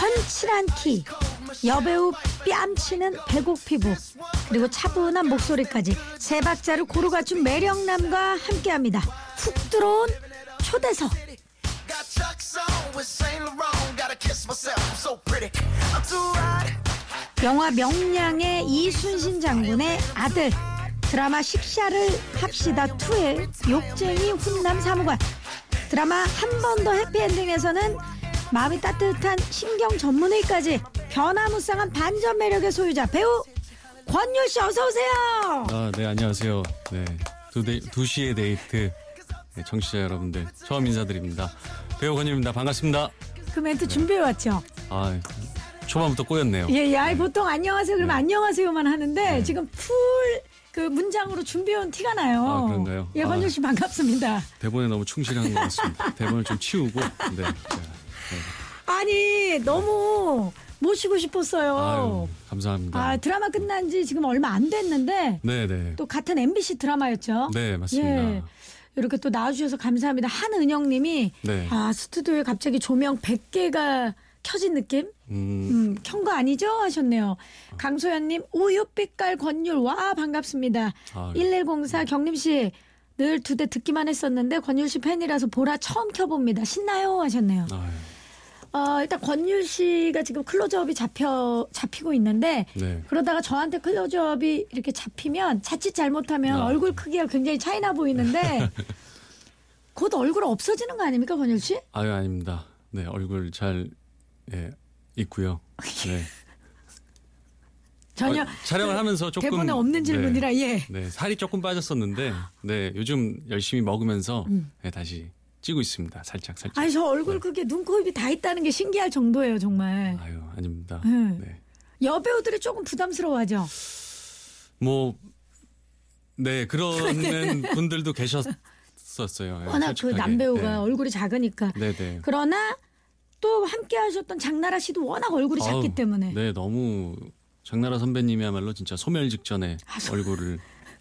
훤칠한 키, 여배우 뺨치는 배곡 피부, 그리고 차분한 목소리까지 세 박자를 고루 갖춘 매력남과 함께합니다. 훅 들어온 초대석. Got Chuck's on with Saint Laurent. Gotta kiss myself. I'm so pretty. I'm too hot. 영화 명량의 이순신 장군의 아들 드라마 식샤를 합시다 2의 욕쟁이 훈남 사무관 드라마 한 번 더 해피엔딩에서는 마음이 따뜻한 신경 전문의까지 변화무쌍한 반전 매력의 소유자 배우 권유 씨 어서 오세요. 아, 네, 안녕하세요. 네. 두, 데, 두 시의 데이트. 네, 청취자 여러분들, 처음 인사드립니다. 배우 권유입니다. 반갑습니다. 그 멘트 네. 준비해 왔죠. 아, 초반부터 꼬였네요. 예, 예. 아이, 보통 안녕하세요 그러면 네. 안녕하세요만 하는데 지금 풀 그 문장으로 준비해 온 티가 나요. 아, 그런가요? 예, 아. 권유 씨 반갑습니다. 대본에 너무 충실한 것 같습니다. 대본을 좀 치우고. 네. 자, 아니 너무 모시고 아유, 네. 싶었어요. 감사합니다. 아 드라마 끝난 지 지금 얼마 안 됐는데 네, 네. 또 같은 MBC 드라마였죠. 예. 네, 맞습니다. 이렇게 또 나와주셔서 감사합니다. 한은영님이 네. 아 스튜디오에 갑자기 조명 100개가 켜진 느낌? 음, 음, 켠 거 아니죠? 하셨네요. 강소연님 우유빛깔 권율 와 반갑습니다. 아, 네. 1104 경림씨 늘 두 대 듣기만 했었는데 권율 씨 팬이라서 보라 처음 켜봅니다. 신나요? 하셨네요. 아유, 어, 일단 권율 씨가 지금 클로즈업이 잡혀 잡히고 있는데 네. 그러다가 저한테 클로즈업이 이렇게 잡히면 자칫 잘못하면 아. 얼굴 크기가 굉장히 차이나 보이는데 곧 얼굴 없어지는 거 아닙니까 권율 씨? 아유, 아닙니다. 네, 얼굴 잘, 예, 있고요. 네. 전혀 어, 촬영을 하면서 조금 대본에 없는 네. 질문이라 예. 네, 살이 조금 빠졌었는데, 네, 요즘 열심히 먹으면서 네, 다시 찌고 있습니다. 살짝, 살짝. 음. 아니 저 얼굴 크기에 눈, 코, 입이 다 있다는 게 신기할 정도예요 정말. 네. 아유, 아닙니다. 네. 네. 여배우들이 조금 부담스러워하죠. 뭐, 네, 그러는 분들도 계셨었어요. 네, 워낙 그 솔직하게. 남배우가 네. 얼굴이 작으니까. 네, 네. 그러나 또 함께하셨던 장나라 씨도 워낙 얼굴이 작기 아우, 때문에. 네, 너무 장나라 선배님이야말로 진짜 소멸 직전에 아, 소- 얼굴을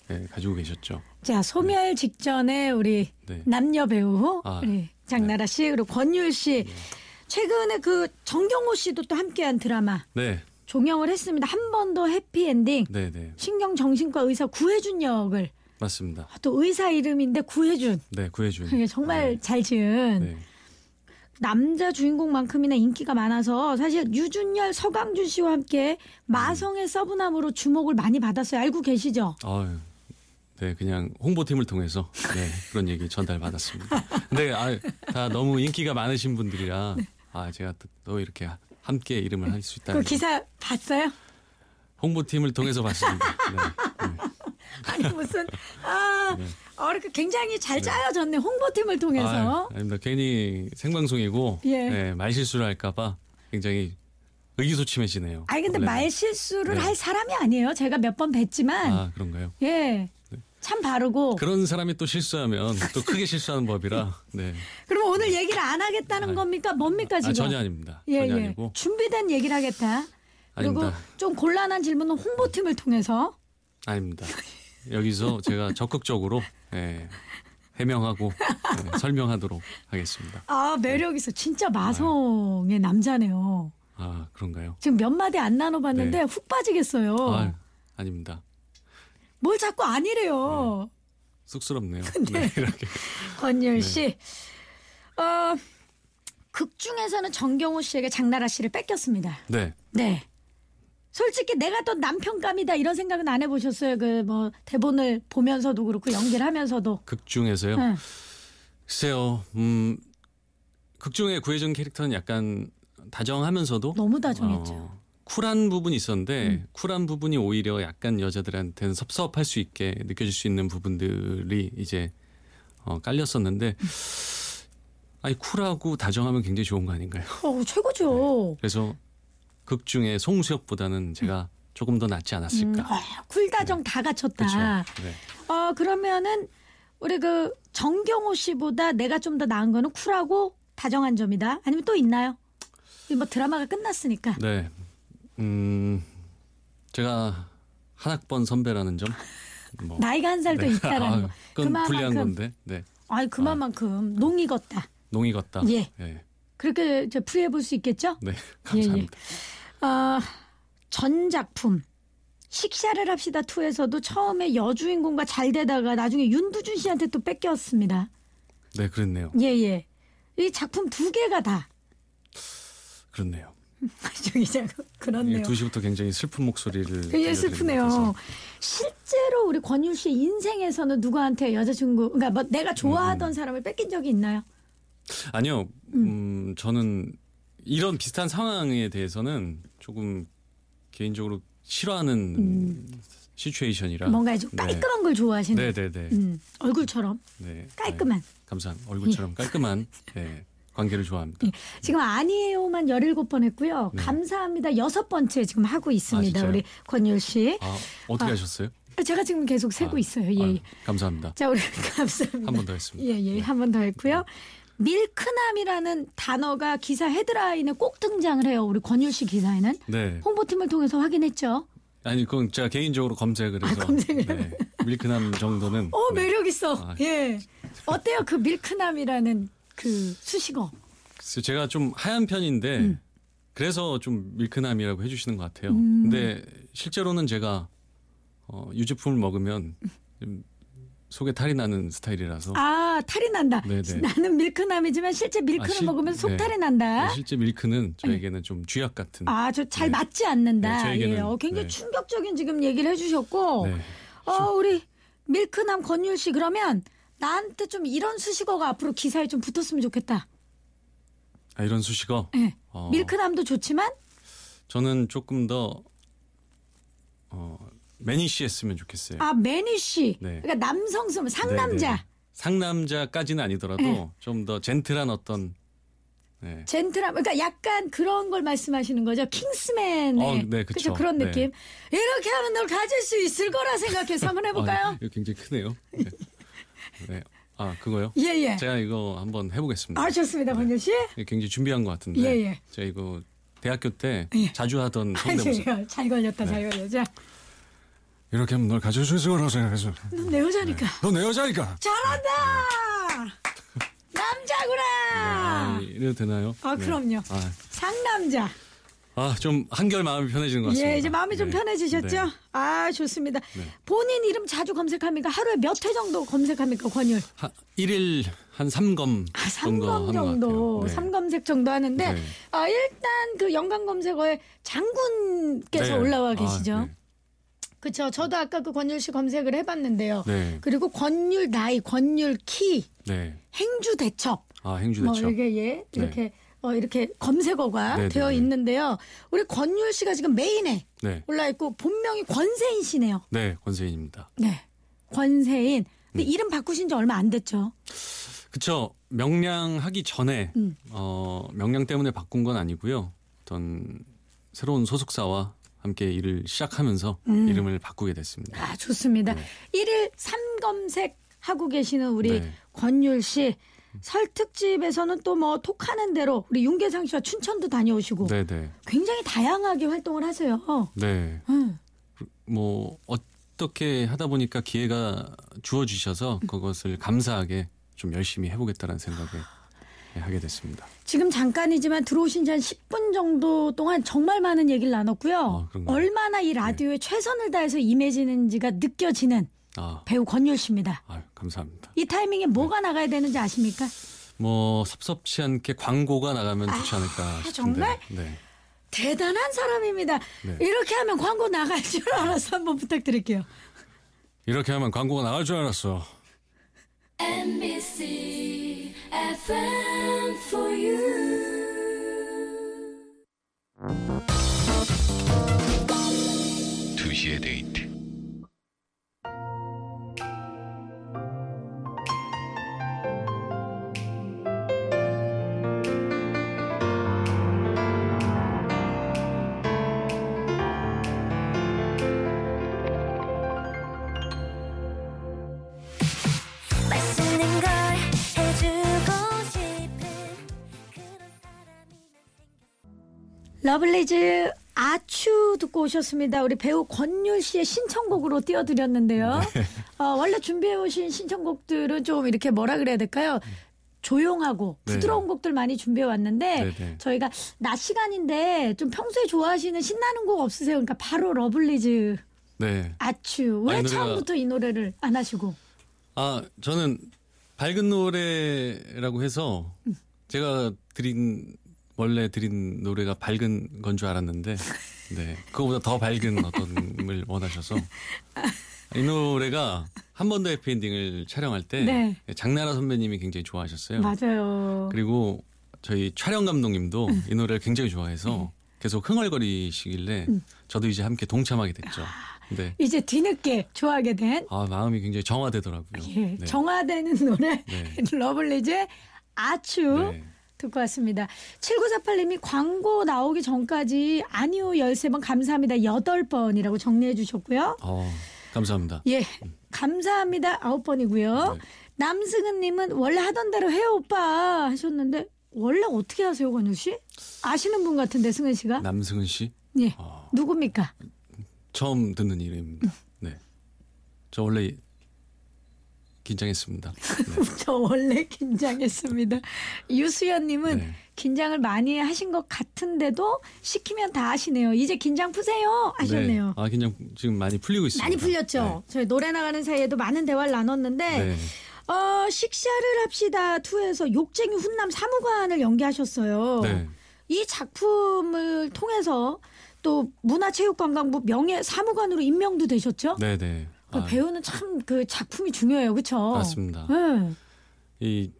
네, 가지고 계셨죠. 자 소멸 직전에 우리 네. 남녀 배우 아, 네. 우리 장나라 씨 그리고 권율 씨 최근에 그 정경호 씨도 또 함께한 드라마 네, 종영을 했습니다. 한 번 더 해피엔딩 네, 네. 신경정신과 의사 구혜준 역을 맞습니다. 또 의사 이름인데 구혜준 네, 구해준. 이게 정말 잘 지은 네. 남자 주인공만큼이나 인기가 많아서 사실 유준열 서강준 씨와 함께 음. 마성의 서브남으로 주목을 많이 받았어요. 알고 계시죠? 아유, 네, 그냥 홍보팀을 통해서 네, 그런 얘기 전달받았습니다. 근데 아, 다 너무 인기가 많으신 분들이라 아, 제가 또, 또 이렇게 함께 이름을 할 수 그 있다는 거. 기사 봤어요? 홍보팀을 통해서 봤습니다. 네. 아니 무슨 아 어, 이렇게 굉장히 잘 짜여졌네 홍보팀을 아, 통해서 아닙니다. 괜히 생방송이고 예. 네, 말실수를 할까봐 굉장히 의기소침해지네요. 아니 근데 원래는. 말 실수를 네. 할 사람이 아니에요 제가 몇 번 뵀지만 아 그런가요? 예 참 바르고 그런 사람이 또 실수하면 또 크게 실수하는 법이라 네. 그럼 오늘 얘기를 안 하겠다는 아니. 겁니까 뭡니까 지금 아, 전혀 아닙니다. 예, 전혀 예. 아니고 준비된 얘기를 하겠다 그리고 아닙니다. 좀 곤란한 질문은 홍보팀을 통해서 아닙니다. 여기서 제가 적극적으로 예, 해명하고 예, 설명하도록 하겠습니다. 아 매력 있어 진짜 네. 마성의 남자네요 아 그런가요? 지금 몇 마디 안 나눠봤는데 네. 훅 빠지겠어요 아 아닙니다. 뭘 자꾸 아니래요 쑥스럽네요. 네, 이렇게. 권율 씨. 어, 극 중에서는 정경호 씨에게 장나라 씨를 뺏겼습니다. 네. 네. 솔직히 내가 더 남편감이다 이런 생각은 안 해보셨어요. 그 뭐 대본을 보면서도 그렇고 연기를 하면서도. 네. 극 중에서요. 응. 글쎄요. 음, 극 중에 구혜정 캐릭터는 약간 다정하면서도 너무 다정했죠. 음. 어, 쿨한 부분이 있었는데 쿨한 부분이 오히려 약간 여자들한테는 섭섭할 수 있게 느껴질 수 있는 부분들이 이제 어, 깔렸었는데 음. 아니 쿨하고 다정하면 굉장히 좋은 거 아닌가요? 어, 최고죠. 그래서 극 중에 송수혁보다는 제가 조금 더 낫지 음, 않았을까? 어, 굴다정 다 네. 그렇죠. 갖췄다. 네. 어, 그러면은 우리 그 정경호 씨보다 내가 좀 더 나은 거는 쿨하고 다정한 점이다. 아니면 또 있나요? 이뭐 드라마가 끝났으니까. 네. 음, 제가 한 학번 선배라는 점. 뭐. 나이가 한 살 더 있다라는 아유, 거. 그건 불리한 건데. 네. 아니 그만큼 농익었다. 농익었다. 예. 예. 그렇게 이제 풀이해 볼 수 있겠죠? 네, 예, 감사합니다. 아, 전작품 식샤를 합시다 2에서도 처음에 여주인공과 잘 되다가 나중에 윤두준 씨한테 또 뺏겼습니다. 네, 그렇네요. 예, 예. 이 작품 두 개가 다 그렇네요. 저기 자꾸 그렇네요. 2시부터 굉장히 슬픈 목소리를 굉장히 들려드리는 것 슬프네요. 같아서. 실제로 우리 권율 씨의 인생에서는 누구한테 여자친구, 그러니까 뭐 내가 음, 좋아하던 사람을 뺏긴 적이 있나요? 아니요. 음, 저는 이런 비슷한 상황에 대해서는 조금 개인적으로 싫어하는 시츄에이션이라 음. 뭔가 좀 깔끔한 걸 좋아하시는. 아, 네, 네, 네. 음, 얼굴처럼 네. 깔끔한. 예. 감사. 얼굴처럼 깔끔한 네, 관계를 좋아합니다. 지금 아니에요만 17번 했고요. 네. 아, 감사합니다. 여섯 번째 지금 하고 있습니다. 진짜요? 우리 권율 씨. 아, 어떻게 아, 하셨어요? 제가 지금 계속 세고 아, 있어요. 예. 아유, 예. 감사합니다. 자, 우리 감사합니다. 한 번 더 했습니다. 예, 예. 네. 한 번 더 했고요. 밀크남이라는 단어가 기사 헤드라인에 꼭 등장을 해요. 우리 권율 씨 기사에는. 네. 홍보팀을 통해서 확인했죠. 아니, 그건 제가 개인적으로 검색을 해서 아, 검색을 네. 밀크남 정도는 어, 네. 매력 있어. 아. 예. 어때요? 그 밀크남이라는 그 수식어. 글쎄요, 제가 좀 하얀 편인데 음. 그래서 좀 밀크남이라고 해주시는 것 같아요. 음. 근데 실제로는 제가 어, 유제품을 먹으면 좀 속에 탈이 나는 스타일이라서 아, 탈이 난다. 네, 네. 나는 밀크남이지만 실제 밀크를 아, 실- 먹으면 네. 속탈이 난다. 실제 밀크는 저에게는 좀 쥐약 같은. 음. 아, 저 잘 네. 맞지 않는다. 네, 저에게는, 예. 어, 굉장히 네. 충격적인 지금 얘기를 해주셨고, 네. 어, 우리 밀크남 권율 씨 그러면 나한테 좀 이런 수식어가 앞으로 기사에 좀 붙었으면 좋겠다. 아, 이런 수식어. 예. 어, 밀크남도 좋지만, 저는 조금 더 어, 매니시했으면 좋겠어요. 아 매니 씨, 네. 그러니까 남성스러운 상남자, 네, 네. 상남자까지는 아니더라도 네. 좀 더 젠틀한 어떤. 네. 젠틀함, 그러니까 약간 그런 걸 말씀하시는 거죠. 킹스맨의 어, 네, 그쵸. 그쵸, 그런 네. 느낌. 이렇게 하면 널 가질 수 있을 거라 생각해서 한번 아, 해볼까요? 이거 굉장히 크네요. 네. 네. 아 그거요? 예예. 제가 네. 이거 한번 해보겠습니다. 아 좋습니다, 권율 씨. 이거 굉장히 준비한 것 같은데. 예, 예. 제가 이거 대학교 때 예. 자주 하던 성대모사. 아니요, 잘 걸렸다, 네. 잘 걸렸자. 이렇게 하면 널 가질 수 있을 거라고 생각했어. 내 여자니까. 넌내 여자니까. 네, 잘한다. 남자구나. 아, 이래도 되나요? 아, 네. 그럼요. 아, 상남자. 아, 좀 한결 마음이 편해지는 것 같습니다. 예, 이제 마음이 좀 네. 편해지셨죠? 네. 아, 좋습니다. 네. 본인 이름 자주 검색합니까? 하루에 몇 회 정도 검색합니까, 권율? 한 일일 한 3검 아, 정도 하는 삼검 것 정도, 같아요. 네. 삼검색 정도 하는데 네. 아, 일단 그 연관 검색어에 장군께서 네. 올라와 아, 계시죠. 네. 그렇죠. 저도 아까 그 권율 씨 검색을 해봤는데요. 네. 그리고 권율 나이, 권율 키, 네. 행주 대첩, 아, 행주 뭐 대첩. 이게 예 이렇게 어, 이렇게 검색어가 네, 네, 되어 네. 있는데요. 우리 권율 씨가 지금 메인에 네. 올라 있고 본명이 권세인 씨네요. 네, 권세인입니다. 네, 권세인. 근데 음. 이름 바꾸신 지 얼마 안 됐죠. 그쵸. 명량 하기 전에, 음. 어, 명량 때문에 바꾼 건 아니고요. 어떤 새로운 소속사와 함께 일을 시작하면서 음. 이름을 바꾸게 됐습니다. 아 좋습니다. 네. 일일 삼검색 하고 계시는 우리 네. 권율 씨 설특집에서는 또 뭐 톡하는 대로 우리 윤계상 씨와 춘천도 다녀오시고 네네. 굉장히 다양하게 활동을 하세요. 네. 음. 뭐, 어떻게 하다 보니까 기회가 주어지셔서 음. 그것을 감사하게 좀 열심히 해보겠다는 생각에 네, 하게 됐습니다. 지금 잠깐이지만 들어오신 지 한 10분 정도 동안 정말 많은 얘기를 나눴고요. 아, 그런가요? 네. 얼마나 이 라디오에 최선을 다해서 임해지는지가 느껴지는 아, 배우 권율 씨입니다. 아유, 감사합니다. 이 타이밍에 뭐가 네. 나가야 되는지 아십니까? 뭐, 섭섭치 않게 광고가 나가면 좋지 않을까 싶은데. 아, 정말? 네. 대단한 사람입니다. 네. 이렇게 하면 광고 나갈 줄 알아서 한번 부탁드릴게요. 이렇게 하면 광고가 나갈 줄 알았어. NBC FM for you. 2시의 데이트 맛있는 걸 해주고 싶은 그런 사람이 난 러블리즈 아추 듣고 오셨습니다. 우리 배우 권율 씨의 신청곡으로 네. 띄워드렸는데요. 어, 원래 준비해오신 신청곡들은 좀 이렇게 뭐라 그래야 될까요? 조용하고 네. 부드러운 곡들 많이 준비해 왔는데 네네. 저희가 낮 시간인데 좀 평소에 좋아하시는 신나는 곡 없으세요? 그러니까 바로 러블리즈 네. 아츄 왜 아, 이 노래가- 처음부터 이 노래를 안 하시고 아, 저는 밝은 노래라고 해서 제가 드린 원래 드린 노래가 밝은 건 줄 알았는데 네. 그거보다 더 밝은 어떤 걸 원하셔서 이 노래가 한 번 더 해피엔딩을 촬영할 때 네. 장나라 선배님이 굉장히 좋아하셨어요. 맞아요. 네. 그리고 저희 촬영 감독님도 음. 이 노래를 굉장히 네. 좋아해서 계속 흥얼거리시길래 음. 저도 이제 함께 동참하게 됐죠. 아. 네. 이제 뒤늦게 좋아하게 된 아, 마음이 굉장히 정화되더라고요. 예, 네. 정화되는 노래 네. 러블리즈의 아츄 네. 듣고 왔습니다. 7948님이 광고 나오기 전까지 아니요 13번 감사합니다 8번이라고 정리해 주셨고요. 어, 감사합니다. 예 감사합니다 9번이고요. 네. 남승은님은 원래 하던 대로 해요 오빠 하셨는데 원래 어떻게 하세요 권유 씨? 아시는 분 같은데 승은 씨가? 남승은 씨 예 아. 누굽니까? 처음 듣는 이름입니다. 네, 저 원래 긴장했습니다. 네. 저 원래 긴장했습니다. 유수연님은 네. 긴장을 많이 하신 것 같은데도 시키면 다 하시네요. 이제 긴장 푸세요 네. 하셨네요. 아 긴장 지금 많이 풀리고 있습니다. 많이 풀렸죠. 저희 노래 나가는 사이에도 많은 대화를 나눴는데 네. 네. 어, 식사를 합시다 2에서 욕쟁이 훈남 사무관을 연기하셨어요. 네. 이 작품을 통해서 또 문화체육관광부 명예 사무관으로 임명도 되셨죠. 네, 네. 그 아, 배우는 참 그 작품이 중요해요, 그렇죠? 맞습니다. 네. 이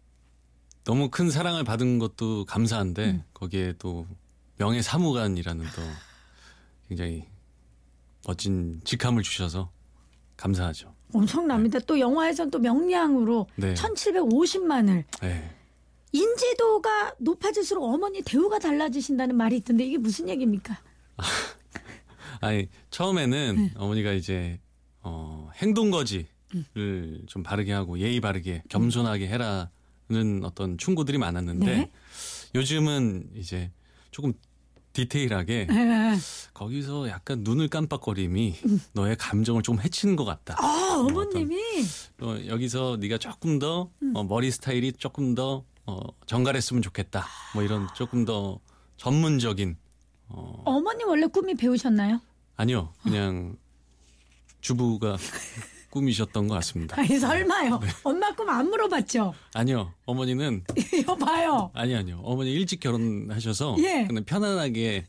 너무 큰 사랑을 받은 것도 감사한데 거기에 또 명예 사무관이라는 또 굉장히 멋진 직함을 주셔서 감사하죠. 엄청납니다. 또 영화에선 또 명량으로 네. 1750만을 네. 인지도가 높아질수록 어머니 대우가 달라지신다는 말이 있던데 이게 무슨 얘기입니까? 아니 처음에는 네. 어머니가 이제 어, 행동 거지를 좀 바르게 하고 예의 바르게 음. 겸손하게 해라는 어떤 충고들이 많았는데 네. 요즘은 이제 조금 디테일하게 네. 예. 거기서 약간 눈을 깜빡거림이 너의 감정을 좀 해치는 것 같다. 음. 아, 어머님이 어, 여기서 네가 조금 더 음. 어, 머리 스타일이 조금 더 어, 정갈했으면 좋겠다. 뭐 이런 조금 더 전문적인 어머니 원래 꿈이 배우셨나요? 아니요, 그냥 주부가 꿈이셨던 것 같습니다. 아니 설마요. 엄마 꿈 안 물어봤죠? 아니요, 어머니는 이거 봐요. 아니 아니요, 어머니 일찍 결혼하셔서 예. 그냥 편안하게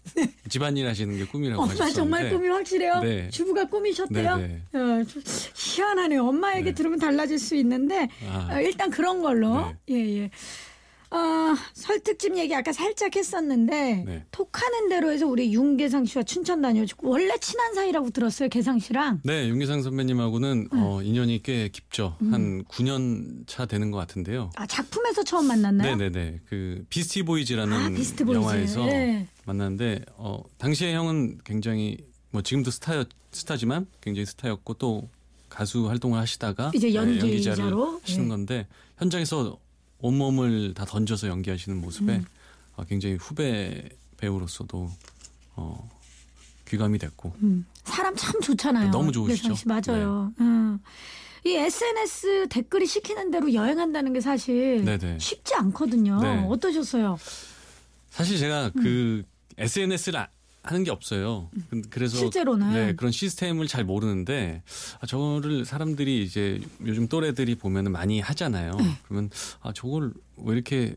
집안일 하시는 게 꿈이라고 엄마 하셨었는데 정말 꿈이 확실해요. 네. 주부가 꿈이셨대요. 네, 어, 좀 희한하네요. 엄마에게 들으면 달라질 수 있는데 아. 어, 일단 그런 걸로 네. 예예. 어, 설특집 얘기 아까 살짝 했었는데 네. 톡하는 대로에서 우리 윤계상 씨와 춘천 다녀오고 원래 친한 사이라고 들었어요 계상 씨랑. 네, 윤기상 선배님하고는 음. 어, 인연이 꽤 깊죠. 한 9년 차 되는 것 같은데요. 아 작품에서 처음 만났나요? 네네네. 그 비스티 보이즈라는 아, 비스티 보이즈. 영화에서 예. 만났는데 어, 당시에 형은 굉장히 뭐 지금도 스타였 스타지만 굉장히 스타였고 또 가수 활동을 하시다가 이제 네, 연기자로. 연기자를 하시는 예. 건데 현장에서 온몸을 다 던져서 연기하시는 모습에 음. 어, 굉장히 후배 배우로서도 어, 귀감이 됐고 음, 사람 참 좋잖아요. 너무 좋으시죠? 네. 윤계상 씨, 맞아요. 음. 이 SNS 댓글이 시키는 대로 여행한다는 게 사실 네네. 쉽지 않거든요. 네. 어떠셨어요? 사실 제가 그 SNS를 하는 게 없어요. 근- 그래서 실제로는. 네, 그런 시스템을 잘 모르는데 아, 저거를 사람들이 이제 요즘 또래들이 보면은 많이 하잖아요. 그러면 아 저걸 왜 이렇게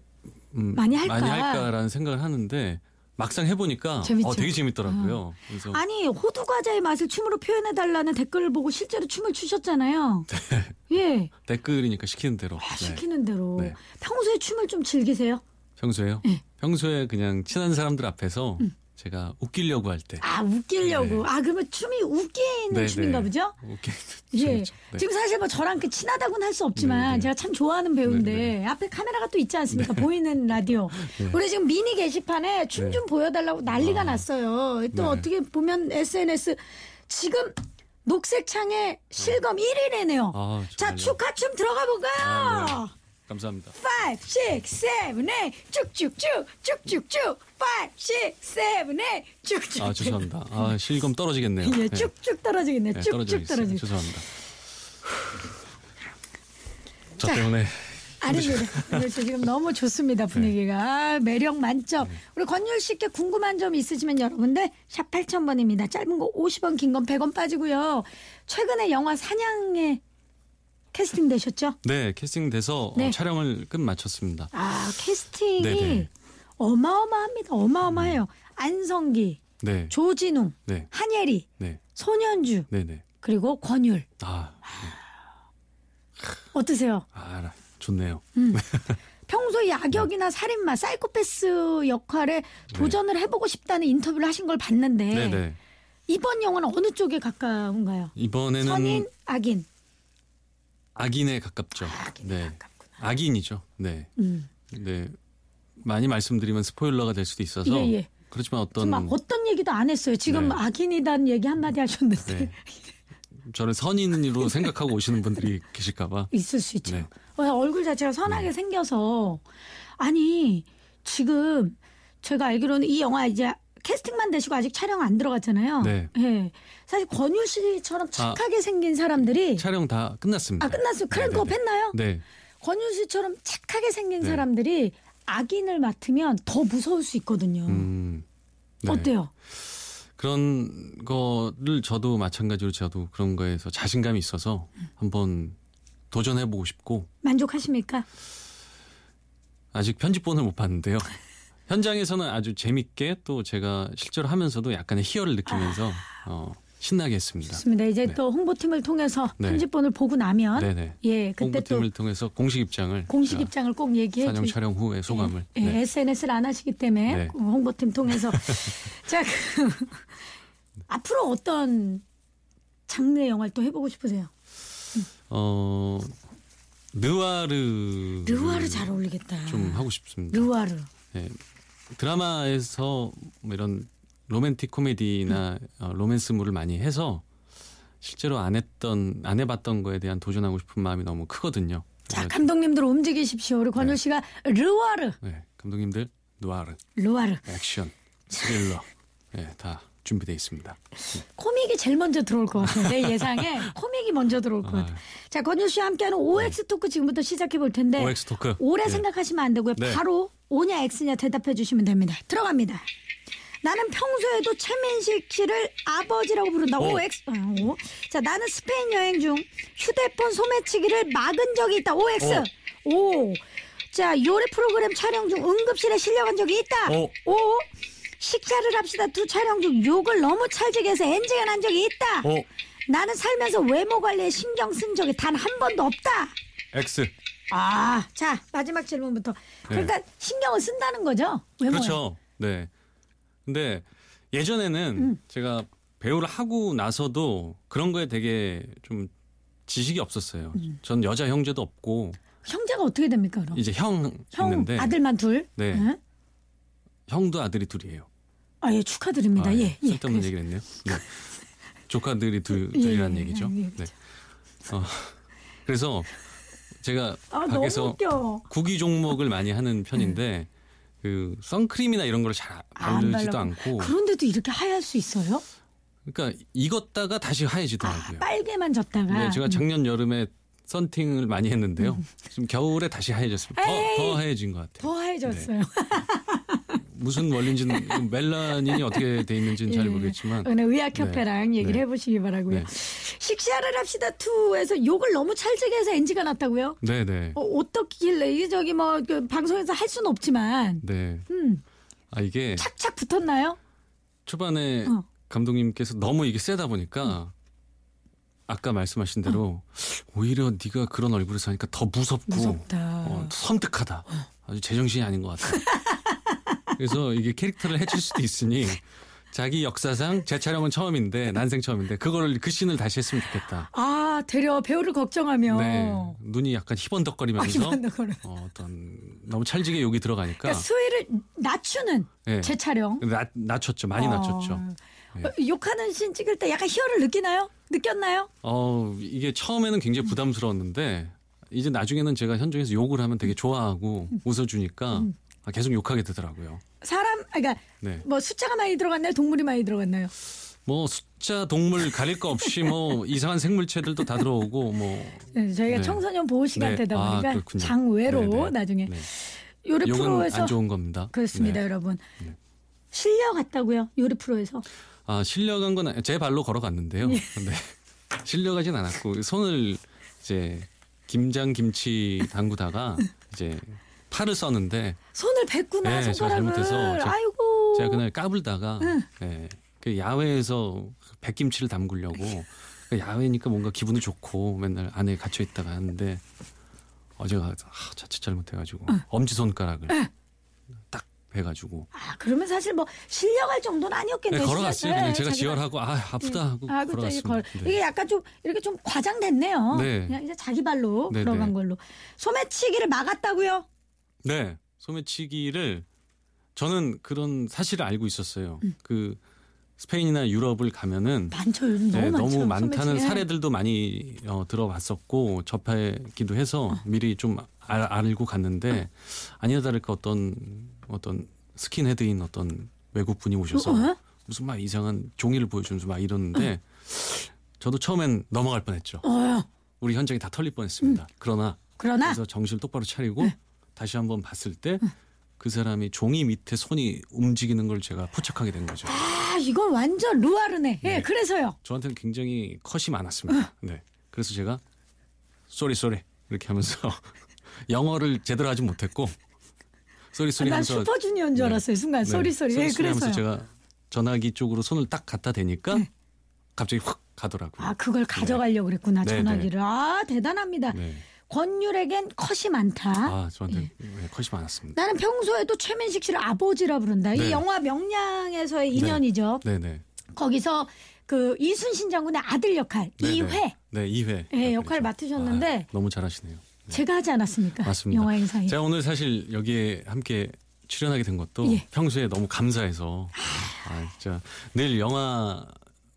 음, 네. 많이 할까? 할까라는 생각을 하는데 막상 해보니까 재밌죠. 어, 되게 재밌더라고요. 그래서 아니 호두 과자의 맛을 춤으로 표현해 달라는 댓글을 보고 실제로 춤을 추셨잖아요. 예, 댓글이니까 시키는 대로. 다 네. 아, 시키는 대로. 네. 평소에 춤을 좀 즐기세요? 평소에요? 네. 평소에 그냥 친한 사람들 앞에서 제가 웃기려고 할 때. 음. 아 웃기려고. 네. 아 그러면 춤이 웃기는 네, 춤인가 네. 보죠? 웃기. 예. 재밌죠. 네. 지금 사실 뭐 저랑 그 친하다고는 할 수 없지만 네, 네. 제가 참 좋아하는 배우인데 네, 앞에 카메라가 또 있지 않습니까? 보이는 라디오. 우리 지금 미니 게시판에 춤 좀 보여달라고 난리가 났어요. 또 아. 네. 어떻게 보면 SNS 지금 녹색 창에 실검 1위래네요. 아, 자 정말요? 축하 춤 들어가 볼까요? 아, 네. 감사합니다. 5, 6, 7, 8 쭉쭉쭉 쭉쭉쭉 5, 6, 7, 8 쭉쭉쭉 아 죄송합니다. 아 실검 떨어지겠네요. 예, 네. 쭉쭉 떨어지겠네요. 네, 쭉쭉 떨어져 있어요. 떨어지겠네요. 죄송합니다. 저 자. 때문에 아닙니다. 그렇죠. 지금 너무 좋습니다 네. 분위기가 아, 매력 만점. 우리 권율 씨께 궁금한 점 있으시면 여러분들 샵 8,000번입니다. 짧은 거 50원, 긴 건 100원 빠지고요. 최근에 영화 사냥에 캐스팅 되셨죠? 네, 캐스팅돼서 네. 어, 촬영을 끝마쳤습니다. 아 캐스팅이 네네. 음. 어마어마합니다. 어마어마해요. 안성기, 네, 조진웅, 네, 한예리, 네, 손현주 네, 네. 그리고 권율 아, 어떠세요? 아, 좋네요. 평소 약역이나 살인마, 사이코패스 역할에 도전을 해보고 싶다는 인터뷰를 하신 걸 봤는데 네, 네. 이번 영화는 어느 쪽에 가까운가요? 이번에는 선인, 악인. 악인에 가깝죠. 아, 악인에 네, 가깝구나. 악인이죠. 네, 음. 네. 많이 말씀드리면 스포일러가 될 수도 있어서 예, 예. 그렇지만 지금 어떤 막 어떤 얘기도 안 했어요. 지금 네. 악인이란 얘기 한마디 하셨는데 네. 저를 선인으로 생각하고 오시는 분들이 계실까봐. 있을 수 있죠. 네. 어, 얼굴 자체가 선하게 생겨서 아니 지금 제가 알기로는 이 영화 이제 캐스팅만 되시고 아직 촬영 안 들어갔잖아요. 네. 아. 예. 사실 권유 씨처럼 착하게 생긴 사람들이 네. 촬영 다 끝났습니다. 예. 아 끝났어요. 크랭크업 네네네. 했나요? 네, 권유 씨처럼 착하게 생긴 네. 사람들이 악인을 맡으면 더 무서울 수 있거든요. 음, 네. 어때요? 그런 거를 저도 마찬가지로 저도 그런 거에서 자신감이 있어서 한번 도전해 보고 싶고 만족하십니까? 아직 편집본을 못 봤는데요. 현장에서는 아주 재밌게 또 제가 실제로 하면서도 약간의 희열을 느끼면서 어, 신나게 했습니다. 좋습니다. 이제 네. 또 홍보팀을 통해서 네. 편집본을 보고 나면 네네. 예 그때 홍보팀을 또 통해서 공식 입장을 공식 제가 입장을 꼭 얘기해 사냥 주시. 촬영 후의 소감을 예, 네. SNS를 안 하시기 때문에 그 네. 홍보팀 통해서 자 그, 앞으로 어떤 장르의 영화를 또 해보고 싶으세요? 어 느와르 르와르 잘 어울리겠다. 음, 좀 하고 싶습니다. 르와르. 네. 드라마에서 뭐 이런 로맨틱 코미디나 어, 로맨스물을 많이 해서 실제로 안 했던 안 해봤던 거에 대한 도전하고 싶은 마음이 너무 크거든요. 자 그래가지고- 감독님들 움직이십시오. 우리 권율 네. 씨가 르와르, 네, 감독님들 누아르 르와르. 액션 스릴러 네, 다 준비되어 있습니다. 코믹이 제일 먼저 들어올 것 같아요. 내 예상에 코믹이 먼저 들어올 것 같아요. 자, 권유 씨와 함께하는 OX 토크 지금부터 시작해 볼 텐데. OX 네. 토크. 오래 네. 생각하시면 안 되고요. 네. 바로 오냐 X냐 대답해 주시면 됩니다. 들어갑니다. 나는 평소에도 최민식 씨를 아버지라고 부른다. 오. OX. 어, 오. 자, 나는 스페인 여행 중 휴대폰 소매치기를 막은 적이 있다. 어. OX. 오. 자, 요리 프로그램 촬영 중 응급실에 실려간 적이 있다. 오. 오. 식사를 합시다 두 촬영 중 욕을 너무 찰지게 해서 엔지가 난 적이 있다. 오. 나는 살면서 외모 관리에 신경 쓴 적이 단 한 번도 없다. X 아, 자 마지막 질문부터. 그러니까 신경을 쓴다는 거죠. 외모에. 네. 그렇죠. 네. 근데 예전에는 음. 제가 배우를 하고 나서도 그런 거에 되게 좀 지식이 없었어요. 전 여자 형제도 없고 형제가 음. 어떻게 됩니까 그럼? 이제 형, 형 있는데 아들만 둘. 네. 응? 형도 아들이 둘이에요. 아, 예, 축하드립니다. 아, 예, 예. 쓸데없는 그래서- 얘기를 했네요. 네. 조카들이 둘, 예, 둘이라는 예, 얘기죠. 예, 그렇죠. 네. 어, 그래서 제가 아, 너무 밖에서 웃겨. 음. 구기 종목을 많이 하는 편인데 그 선크림이나 이런 걸 잘 아, 안 바르지도 발라고. 않고 그런데도 이렇게 하얄 수 있어요? 그러니까 익었다가 다시 하얘지더라고요. 아, 빨개만 졌다가. 네, 제가 작년 여름에 선팅을 많이 했는데요. 지금 겨울에 다시 하얘졌습니다. 더, 음. 에이. 더 하얘진 것 같아요. 더 하얘졌어요. 네. 무슨 원리인지는 멜라닌이 어떻게 돼 있는지는 예. 잘 모르겠지만 오늘 의학협회랑 네. 얘기를 네. 해보시기 바라고요. 네. 식사를 합시다 2에서 욕을 너무 찰지게 해서 NG가 났다고요? 네, 네. 어, 어떻길래 이게 저기 뭐그 방송에서 할 수는 없지만 네. 음, 아 이게 착착 붙었나요? 초반에 어. 감독님께서 너무 이게 세다 보니까 아까 말씀하신 대로 오히려 네가 그런 얼굴에서 하니까 더 무섭고 무섭다. 어, 섬뜩하다. 아주 제정신이 아닌 것 같아. 그래서 이게 캐릭터를 해칠 수도 있으니 자기 역사상 제 촬영은 처음인데 난생 처음인데 그거를 그 씬을 다시 했으면 좋겠다. 아 되려 배우를 걱정하며 그러니까 네 눈이 약간 희번덕거리면서 어. 아기만 거는 어, 어떤 너무 찰지게 욕이 들어가니까 그러니까 수위를 낮추는 네. 제 촬영. 낮, 낮췄죠 많이 낮췄죠. 어, 네. 어, 욕하는 씬 찍을 때 약간 희열을 느끼나요? 느꼈나요? 어, 이게 처음에는 굉장히 부담스러웠는데 이제 나중에는 제가 현장에서 욕을 하면 되게 좋아하고 웃어주니까 음. 아, 계속 욕하게 되더라고요. 사람, 아, 그러니까 네. 뭐 숫자가 많이 들어갔나요? 동물이 많이 들어갔나요? 뭐 숫자 동물 가릴 거 없이 뭐 이상한 생물체들도 다 들어오고 뭐 네, 저희가 네. 청소년 보호 시간 네. 때다 아, 보니까 그렇군요. 장외로 네, 네. 나중에 네. 요리 요건 프로에서 안 좋은 겁니다. 그렇습니다, 네. 여러분. 네. 실려갔다고요? 요리 프로에서. 아 실려간 건 제 발로 걸어갔는데요. 네. 근데 실려가진 않았고 손을 이제 김장 김치 담그다가 이제 팔을 썼는데 손을 뱉구나 네, 제가 손가락을. 잘못해서 제가- 아이고. 제가 그날 까불다가 예, 그 야외에서 그 백김치를 담그려고 그 야외니까 뭔가 기분이 좋고 맨날 안에 갇혀 있다가 하는데 어제가 아, 자칫 잘못해가지고 엄지 손가락을 딱 해가지고 아, 그러면 사실 뭐 실려갈 정도는 네, 아니었겠네요. 걸어갔어요. 실려- 그냥 네, 제가 자기가- 지혈하고 아 아프다 하고 아, 그렇죠. 이게, 걸어갔습니다. 걸, 네. 이게 약간 좀 이렇게 좀 과장됐네요. 네. 그냥 이제 자기 발로 네, 걸어간 네. 걸로. 소매치기를 막았다고요? 네. 소매치기를 저는 그런 사실을 알고 있었어요. 그 스페인이나 유럽을 가면은 많죠. 요즘 너무 네, 많죠. 너무 많다는 소매치기. 사례들도 많이 어, 들어봤었고 접하기도 해서 미리 좀 알, 알고 갔는데 아니나 다를까 어떤 어떤 스킨헤드인 어떤 외국 분이 오셔서 어, 어? 무슨 막 이상한 종이를 보여주면서 막 이러는데 저도 처음엔 넘어갈 뻔했죠. 어요. 우리 현장이 다 털릴 뻔했습니다. 그러나 그러나 그래서 정신을 똑바로 차리고 다시 한번 봤을 때 그 사람이 종이 밑에 손이 움직이는 걸 제가 포착하게 된 거죠. 아 이건 완전 루아르네. 예, 네. 그래서요. 저한테는 굉장히 컷이 많았습니다. 네. 그래서 제가 쏘리 쏘리 이렇게 하면서 영어를 제대로 하지 못했고 쏘리 쏘리 아, 난 하면서 슈퍼주니어인 줄 네. 알았어요. 순간 쏘리 쏘리. 예, 쏘리 쏘리 하면서 그래서요. 네. 제가 전화기 쪽으로 손을 딱 갖다 대니까 갑자기 확 가더라고요. 아 그걸 가져가려고 그랬구나 네, 전화기를. 아 대단합니다. 네. 권율에겐 컷이 많다. 아, 저한테 네, 컷이 많았습니다. 나는 평소에도 최민식 씨를 아버지라 부른다. 이 네. 영화 명량에서의 인연이죠. 네, 네. 거기서 그 이순신 장군의 아들 역할 네, 이회 네, 2회. 네, 역할을 맡으셨는데 너무 잘하시네요. 제가 하지 않았습니까? 맞습니다. 영화 행사에. 제가 오늘 사실 여기에 함께 출연하게 된 것도 예. 평소에 너무 감사해서 아 진짜 늘 영화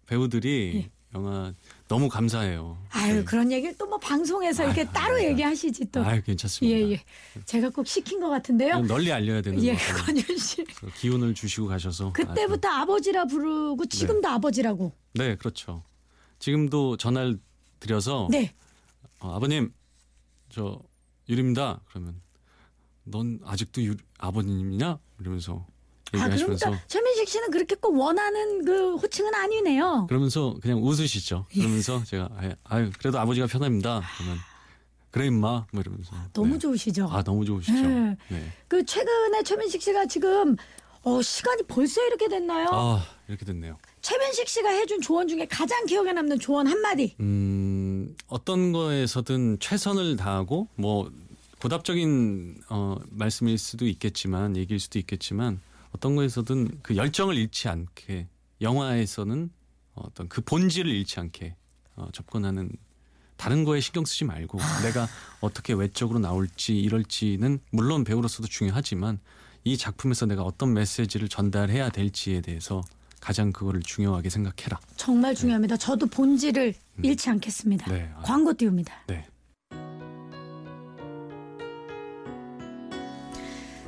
배우들이 영화 너무 감사해요. 예. 아유 그런 얘기를 또 뭐 방송에서 이렇게 네. 아유, 따로 아닙니다. 얘기하시지 또. 아유, 괜찮습니다. 음, 예예. 제가 꼭 시킨 것 이건 같은데요. 널리 알려야 되는 예, 거고 권율 씨. 그래서 기운을 주시고 가셔서 그때부터 아버지라 부르고 지금도 아버지라고. 아주- 네 그렇죠. 지금도 전화를 드려서 네. 어, 아버님 저 유리입니다. 그러면 넌 아직도 유 아버님이냐? 이러면서 아 얘기하시면서 그러니까 최민식 씨는 그렇게 꼭 원하는 그 호칭은 아니네요. 그러면서 그냥 웃으시죠. 그러면서 예. 제가 아유, 아유, 그래도 아버지가 편합니다. 그러면 그래 임마 뭐 이러면서 너무 네. 좋으시죠. 아 너무 좋으시죠. 네. 네. 그 최근에 최민식 씨가 지금 어, 시간이 벌써 이렇게 됐나요? 아 이렇게 됐네요. 최민식 씨가 해준 조언 중에 가장 기억에 남는 조언 한마디. 음 어떤 거에서든 최선을 다하고 뭐 고답적인 어, 말씀일 수도 있겠지만 얘기일 수도 있겠지만 어떤 거에서든 그 열정을 잃지 않게 영화에서는 어떤 그 본질을 잃지 않게 어, 접근하는 다른 거에 신경 쓰지 말고 내가 어떻게 외적으로 나올지 이럴지는 물론 배우로서도 중요하지만 이 작품에서 내가 어떤 메시지를 전달해야 될지에 대해서 가장 그거를 중요하게 생각해라. 정말 중요합니다. 저도 본질을 잃지 않겠습니다. 음. 네, 아. 광고 띄웁니다. 네.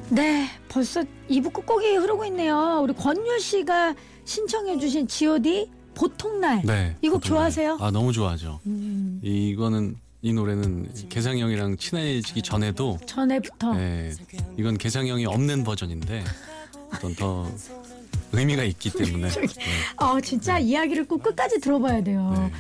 네, 벌써 2부 끝곡이 흐르고 있네요. 우리 권율 씨가 신청해주신 G.O.D. 보통날 네. 이 곡 보통 좋아하세요? 음. 아 너무 좋아하죠. 이거는 이 노래는 개상형이랑 친해지기 전에도 전에부터 예, 이건 개상형이 없는 버전인데 어떤 더 의미가 있기 때문에 네, 어, 진짜 이야기를 꼭 끝까지 들어봐야 돼요. 네.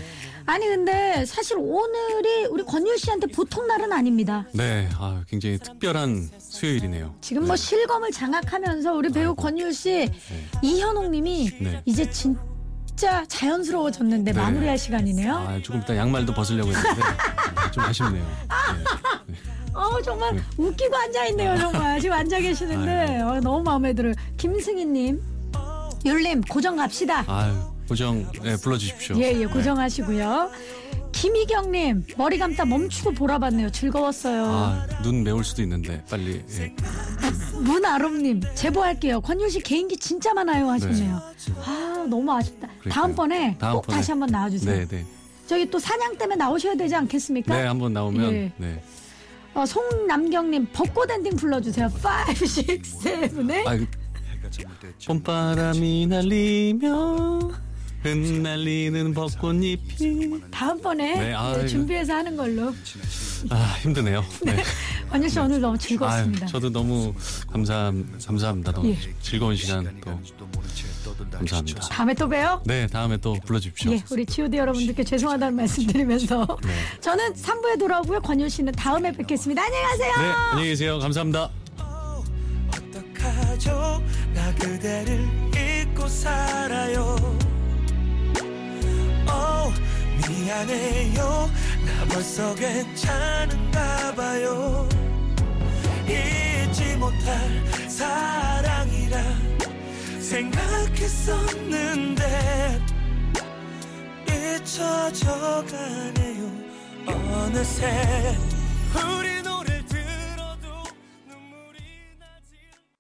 아니 근데 사실 오늘이 우리 권율 씨한테 보통 날은 아닙니다. 네, 아, 굉장히 특별한 수요일이네요. 아, 지금 뭐 실검을 장악하면서 우리 배우 권율 씨 이현옥님이 네. 이제 진짜 자연스러워졌는데 네. 마무리할 시간이네요. 아, 조금 이따 양말도 벗으려고 했는데 아, 좀 아쉽네요. 네. 어 정말 웃기고 앉아 있네요 정말 지금 앉아 네. 계시는데 어, 너무 마음에 들어요. 김승희님, 율님 고정 갑시다. 아유, 고정 네, 불러주십시오. 예예 고정하시고요. 김희경님 머리 감다 멈추고 보라봤네요. 즐거웠어요. 네. 아, 눈 매울 수도 있는데 빨리 예. 문아름님 제보할게요. 권율 씨 개인기 진짜 많아요 하셨네요. 아 너무 아쉽다. 그러니까요. 다음번에 꼭 다음번에. 다시 한번 나와주세요. 네, 네, 저기 또 사냥 때문에 나오셔야 되지 않겠습니까? 네, 한번 나오면 예. 네. 어, 송남경님 벚꽃 엔딩 불러주세요. 5, 6, 7에 아, 봄바람이 날리며 흩날리는 벚꽃잎이 다음번에 네, 아, 네, 이거. 준비해서 하는 걸로. 아 힘드네요. 네. 원유 씨 오늘 너무 아유, 즐거웠습니다. 저도 너무 감사 감사합니다. 너무 예. 즐거운 시간 또 감사합니다. 다음에 또 봬요. 네 다음에 네. 또 불러주십시오. 네, 예, 우리 지오디 여러분들께 죄송하다는 말씀드리면서 저는 3부에 돌아오고요. 권유 씨는 다음에 뵙겠습니다. 안녕히 가세요. 네 안녕히 계세요. 감사합니다. 어떡하죠 나 그대를 잊고 살아요 어 미안해요 나 벌써 괜찮은가 봐요 잊지 못할 사랑이라 생각했었는데 잊혀져 가네요 어느새 우리